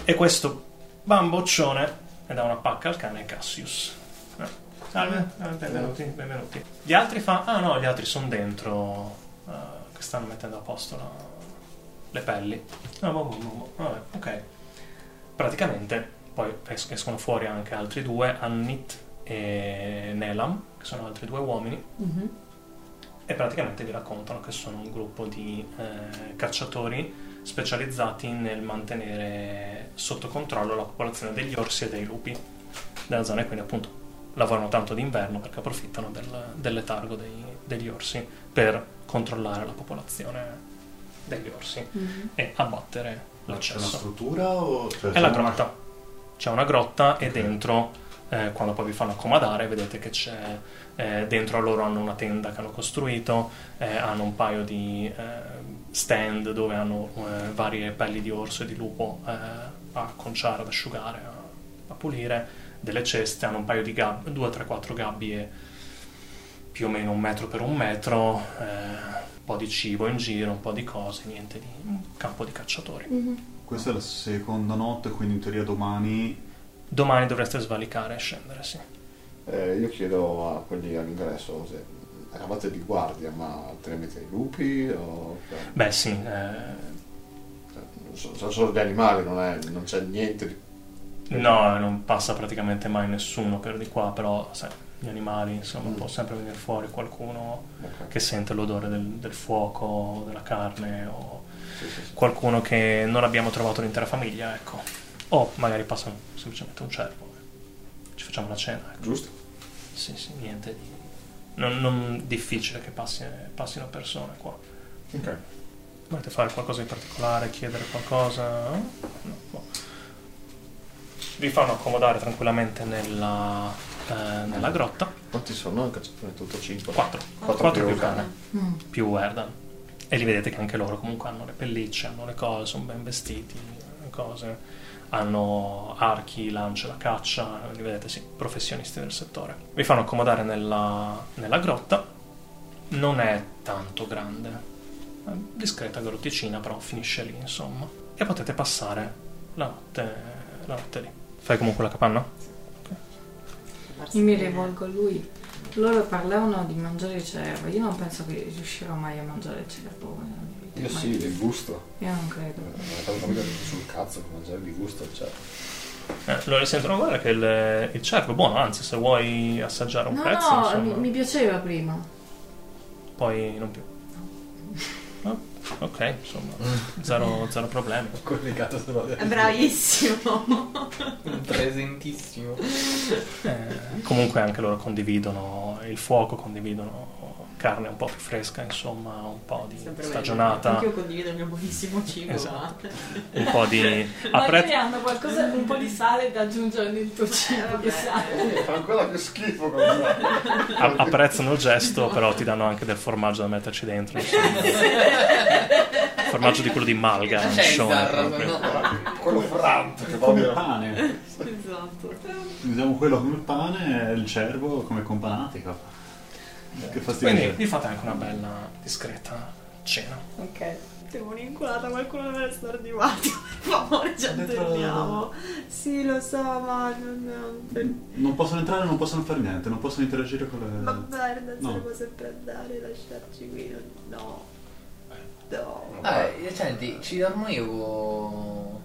e questo bamboccione e dà una pacca al cane Cassius. Eh, Salve, eh, benvenuti, benvenuti. Gli altri fa, ah no, gli altri sono dentro eh, che stanno mettendo a posto la- le pelli. Ah, boh, boh, boh, boh, vabbè, ok. Praticamente poi es- escono fuori anche altri
Mhm.
due, Annit e Nelam, che sono altri due uomini, e praticamente vi raccontano che sono un gruppo di eh, cacciatori specializzati nel mantenere sotto controllo la popolazione degli orsi e dei lupi della zona e quindi appunto lavorano tanto d'inverno perché approfittano del, del letargo dei- degli orsi per controllare la popolazione degli orsi
Mhm.
e abbattere
C'è una
l'accesso.
struttura o... Cioè,
È la
sembra una-
grotta. C'è una grotta e dentro, eh, quando poi vi fanno accomodare, vedete che c'è eh, dentro a loro hanno una tenda che hanno costruito, eh, hanno un paio di eh, stand dove hanno eh, varie pelli di orso e di lupo eh, a conciare, ad asciugare, a, a pulire, delle ceste, hanno un paio di gabbie, 2, 3, 4 gabbie più o meno un metro per un metro, eh, un po' di cibo in giro, un po' di cose, niente di un campo di cacciatori.
Questa è la seconda notte, quindi in teoria domani...
Domani dovreste svalicare e scendere, sì.
Eh, io chiedo a quelli all'ingresso se eravate di guardia, ma tramite i lupi o... cioè,
Bè sì, eh,
non so, sono solo gli animali, non, è- non c'è niente di...
no, non passa praticamente mai nessuno per di qua, però sai, gli animali,
Mm.
insomma, può sempre venire fuori qualcuno
Ok,
che sente l'odore del, del fuoco, della carne o
sì, sì, sì.
qualcuno che non abbiamo trovato l'intera famiglia, ecco. O magari passa un- semplicemente un cervo, eh. ci facciamo una cena, ecco.
Giusto?
Sì, sì, niente di... Non, non difficile che passi- passino persone qua.
Ok.
Volete fare qualcosa di particolare, chiedere qualcosa? No. boh. Vi fanno accomodare tranquillamente nella, eh, nella grotta.
Quanti sono? Anche c'è in tutto 5.
4.
Quattro più
più cane.
Mm.
Più Erdan. E li vedete che anche loro comunque hanno le pellicce, hanno le cose, sono ben vestiti, le cose. Hanno archi, lance da caccia, li vedete, sì, professionisti del settore. Vi fanno accomodare nella, nella grotta. Non è tanto grande, è discreta grotticina, però finisce lì, insomma. E potete passare la notte, la notte lì. Fai comunque la capanna?
Io mi rivolgo a lui. Loro parlavano di mangiare cervo. Io non penso che riuscirò mai a mangiare cervo nella mia vita.
Io
Ma-
sì, il gusto.
Io non credo.
Una cosa che mi dà sul cazzo che mangiare di gusto, cioè.
Eh, lo risentono guarda che il, il cervo è buono, anzi se vuoi assaggiare un
No,
pezzo,
no,
insomma,
mi, mi piaceva prima.
poi non più. Ah, ok, insomma, zero, zero problemi.
Collegato solo adesso.
È bravissimo.
Presentissimo.
Eh, comunque anche loro condividono il fuoco, condividono carne un po' più fresca, insomma, un po' di
Sempre meglio.
stagionata,
Anche io condivido il mio buonissimo cibo.
Esatto.
ma-
un po' di...
Ma
Apprezzo...
hanno qualcosa, un po' di sale da aggiungere nel tuo
Eh,
cibo, che sale.
Fa ancora più schifo con me.
A- apprezzano il gesto, però ti danno anche del formaggio da metterci dentro. Insomma. formaggio di quello di Malga,
Cioè,
C'è il
arancione
esatto,
zarro,
proprio.
no?
Quello franto che
Come il
proprio.
pane.
Esatto.
Usiamo quello come il pane e il cervo come companatico. Che fastidio.
Quindi vi fate anche una bella, discreta cena.
Ok. Devo un'inculata, qualcuno deve essere di Matteo. Per favore, ci
Dentro-
attendiamo. Sì, lo so, ma non.
Mm.
non...
Non possono entrare, non possono fare niente, non possono interagire con le...
Ma guarda,
No.
saremo sempre andare, lasciarci qui. non- No.
Eh.
No.
Vabbè, senti, ci dormo io co-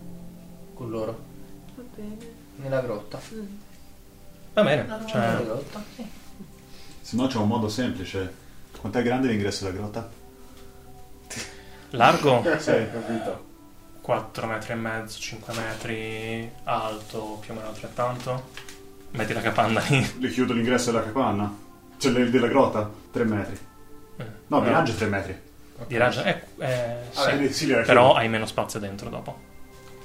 con loro.
Va bene.
Nella grotta.
Va bene,
Nella
cioè,
grotta, sì.
Se no c'è un modo semplice. Quanto è grande l'ingresso della grotta?
largo
Sì.
Capito?
4 metri e mezzo, 5 metri, alto più o meno altrettanto. Metti la capanna lì.
Le chiudo l'ingresso della capanna. Cioè le- della grotta? 3 metri. No, di raggio Ah, 3 metri.
Di raggio, eh, eh, sì.
Vabbè, sì, le
Però
chiudo.
hai meno spazio dentro dopo.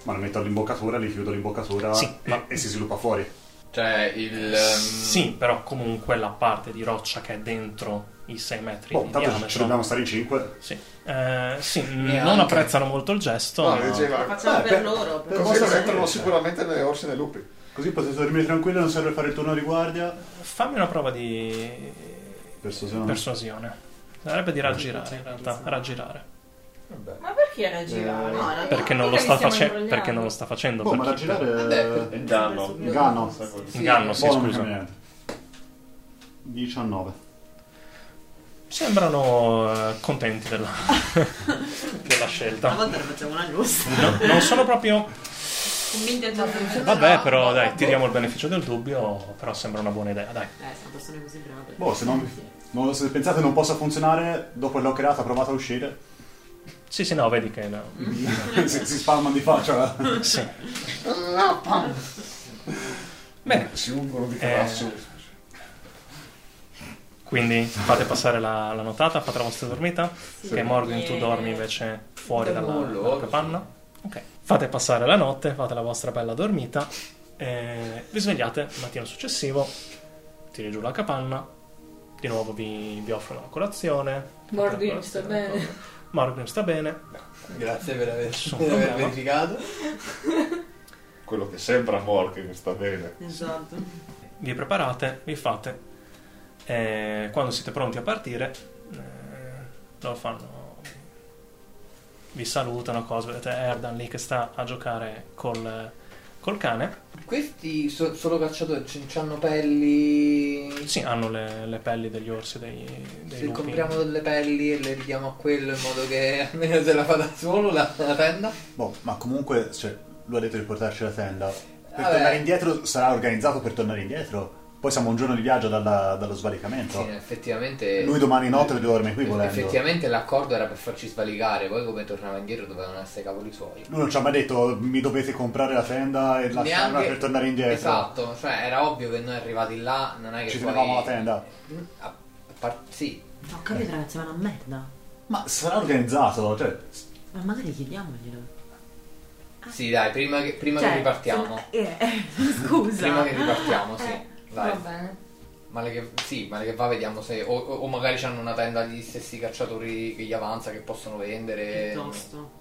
Ma la metto all'imboccatura, li chiudo l'imboccatura
Sì,
e,
ma-
e si sviluppa fuori. Oh,
Cioè, il... ehm,
Sì, però comunque la parte di roccia che è dentro i 6 metri
Oh,
di
tanto ci-
diametro.
ci dobbiamo stare in 5.
Sì, Eh, sì, n-
E
non
anche-
apprezzano molto il gesto.
No,
ma-
diceva.
Facciamo
Eh,
per
per-
loro.
per-
Così non entrano sicuramente né orsi né lupi.
Così potete dormire tranquillo, non serve fare il turno di guardia.
Fammi una prova di
Persuasione.
persuasione. Sarebbe di raggirare in realtà, raggirare.
Ma perché era girare?
No, no,
Eh. Perché non, lo sta face- perché non lo sta facendo?
Boh, ma Eh,
per chi-
raggirare... è
Inganno.
Inganno.
Inganno, Eh, sì,
Boh, non
scusa.
cambia niente. 19.
Sembrano eh, contenti della, della
A
scelta.
Ah,
volte ne facciamo una giusta.
No, non sono proprio.
Convinti al tuo punto.
Vabbè, però dai, tiriamo il beneficio del dubbio, però sembra una buona idea, dai.
Eh, sono persone così brave.
Boh, se, non, no, se pensate non possa funzionare, dopo che l'ho creata, provate a uscire.
Sì, sì, no, vedi che... no. Mm.
si, si spalma di faccia.
Sì. Bene,
Si ungono di coraggio.
quindi fate passare la, la notata, fate la vostra dormita, che Morgan tu dormi invece fuori dalla,
Dormo loro,
dalla capanna. Ok. Fate passare la notte, fate la vostra bella dormita, eh, vi svegliate il mattino successivo, tirate giù la capanna, di nuovo vi, vi offrono la colazione.
Morgan sta bene.
Morgan sta bene.
Grazie per aver,
Nessun
per aver
problema.
verificato.
Quello che sembra morte che sta bene.
Esatto.
vi preparate, vi fate. E quando siete pronti a partire, eh, lo fanno. Vi salutano, cose. Vedete Erdan lì che sta a giocare col, col cane.
Questi so- solo cacciatori c- hanno pelli.
Sì, hanno le, le pelli degli orsi, dei, dei
Se
lupi.
compriamo delle pelli e le ridiamo a quello in modo che almeno se la fa da solo la, la tenda.
Boh, ma comunque, cioè, lui ha detto di portarci la tenda. Per
Vabbè.
tornare indietro sarà organizzato per tornare indietro. Poi siamo un giorno di viaggio dalla- dallo
Sì,
svalicamento.
effettivamente.
Lui domani notte dorme qui volendo.
Effettivamente l'accordo era per farci svaligare, poi come tornava indietro dovevano essere cavoli suoi.
Lui non ci ha mai detto mi dovete comprare la tenda e lasciarla
Neanche-
per tornare indietro.
Esatto, cioè era ovvio che noi arrivati là non è che
Ci
poi...
tenevamo la tenda.
Mm, a par- sì,
Ho capito ragazzi, ma è una merda.
Ma sarà organizzato, cioè,
Ecco,
Ma magari chiediamoglielo.
sì, dai, prima che, prima che
Cioè,
ripartiamo.
sono- eh, eh, scusa.
Prima che ripartiamo,
Eh,
sì.
Va
Dai.
bene.
Male che, sì, male che va, vediamo se. O, o- o magari hanno una tenda gli stessi cacciatori che gli avanza, che possono vendere.
Piuttosto.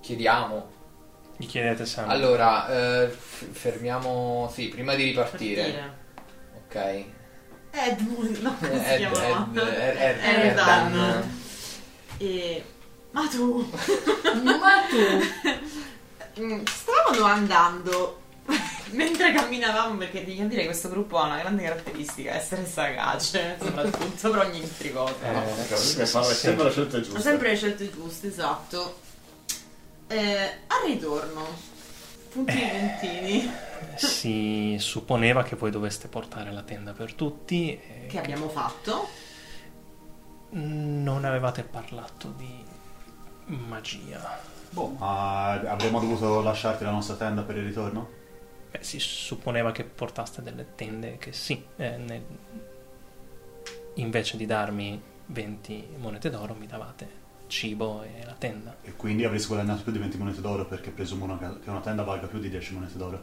Chiediamo.
Gli chiedete sempre.
Allora, eh, f- fermiamo. Sì, prima di ripartire.
Partire.
Ok.
Edmund, no, come si
Ed-
chiamava?
Ed- Ed- Ed-
Erdan.
Erdan.
E... Ma tu...
Ma tu,
Mm, Stavano andando mentre camminavamo perché devi capire che questo gruppo ha una grande caratteristica essere sagace soprattutto sopra ogni intricotta
Eh,
Capisco che fare
sì.
sempre la scelta
ho
giusta.
sempre le scelte giuste esatto Eh, al ritorno puntini puntini
Si supponeva che voi doveste portare la tenda per tutti. eh, e
che abbiamo fatto
Non avevate parlato di magia.
boh, ma avremmo dovuto lasciarti la nostra tenda per il ritorno?
Beh, si supponeva che portaste delle tende che sì, eh, nel- invece di darmi 20 monete d'oro mi davate cibo e la tenda.
E quindi avresti guadagnato più di 20 monete d'oro perché presumo una ca- che una tenda valga più di 10 monete d'oro.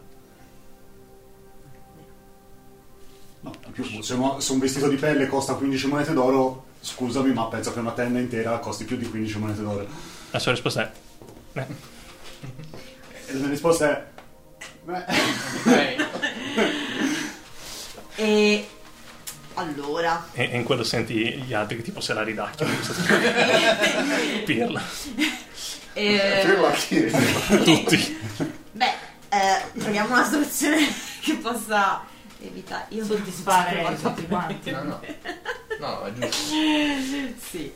No, in più, se, uno- se un vestito di pelle costa 15 monete d'oro, scusami, ma penso che una tenda intera costi più di 15 monete d'oro.
La sua risposta è... eh,
E la risposta è... beh,
Ok.
e allora
E, e in quello senti gli altri che tipo se la ridacchiano. Pirla.
eh,
Prima chi?
Tutti.
beh eh, troviamo una soluzione che possa evitare io
Soddisfare tutti quanti.
No, no. No, no, è giusto.
sì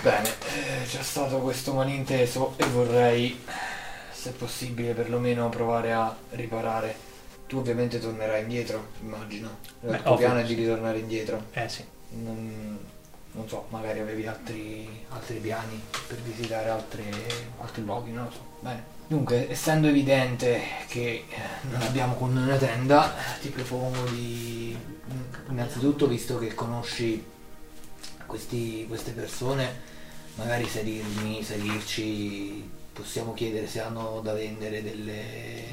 Bene, eh, c'è stato questo malinteso e vorrei, se possibile, perlomeno provare a riparare. Tu ovviamente tornerai indietro, immagino. Il
Beh,
tuo
ovvio,
piano è
sì.
di ritornare indietro.
Eh sì.
Non, non so, magari avevi altri, altri piani per visitare altre- altri luoghi, non lo so. Bene. Dunque, essendo evidente che eh, non abbiamo con noi una tenda, ti propongo di... Innanzitutto, visto che conosci questi- queste persone, magari se dirmi, se dirci, possiamo chiedere se hanno da vendere delle,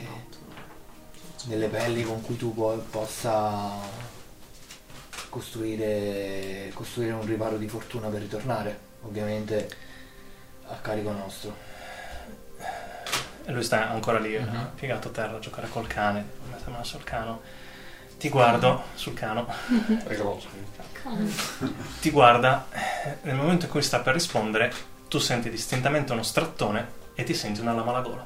delle pelli con cui tu puoi- possa costruire, costruire un riparo di fortuna per ritornare, ovviamente a carico nostro.
E lui sta ancora lì, eh, piegato a terra a giocare col cane. Mette mano sul cano. Ti guardo sul cano.
Eh,
ti guarda, eh, nel momento in cui sta per rispondere, tu senti distintamente uno strattone e ti senti una lama alla gola.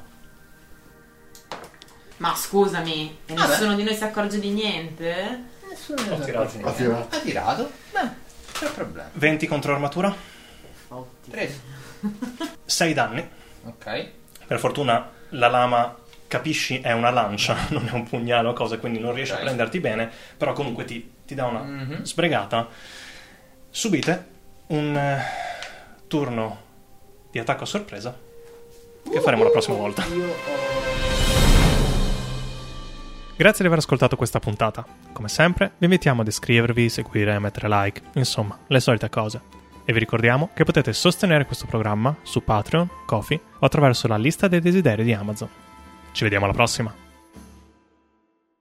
ma scusami e
Vabbè.
nessuno di noi si accorge di niente
Nessuno
Ho tirato.
Ha tirato.
Ha tirato? Beh, c'è problema.
20 contro armatura,
Preso.
6 danni.
Ok.
Per fortuna la lama capisci è una lancia, non è un pugnale o cosa, quindi non riesci
Ok.
a prenderti bene, però comunque ti, ti dà una
Mhm.
sbregata. Subite un eh, turno di attacco a sorpresa che faremo la prossima volta. Grazie di aver ascoltato questa puntata. Come sempre, vi invitiamo ad iscrivervi, seguire, mettere like, insomma, le solite cose. E vi ricordiamo che potete sostenere questo programma su Patreon, Kofi o attraverso la lista dei desideri di Amazon. Ci vediamo alla prossima!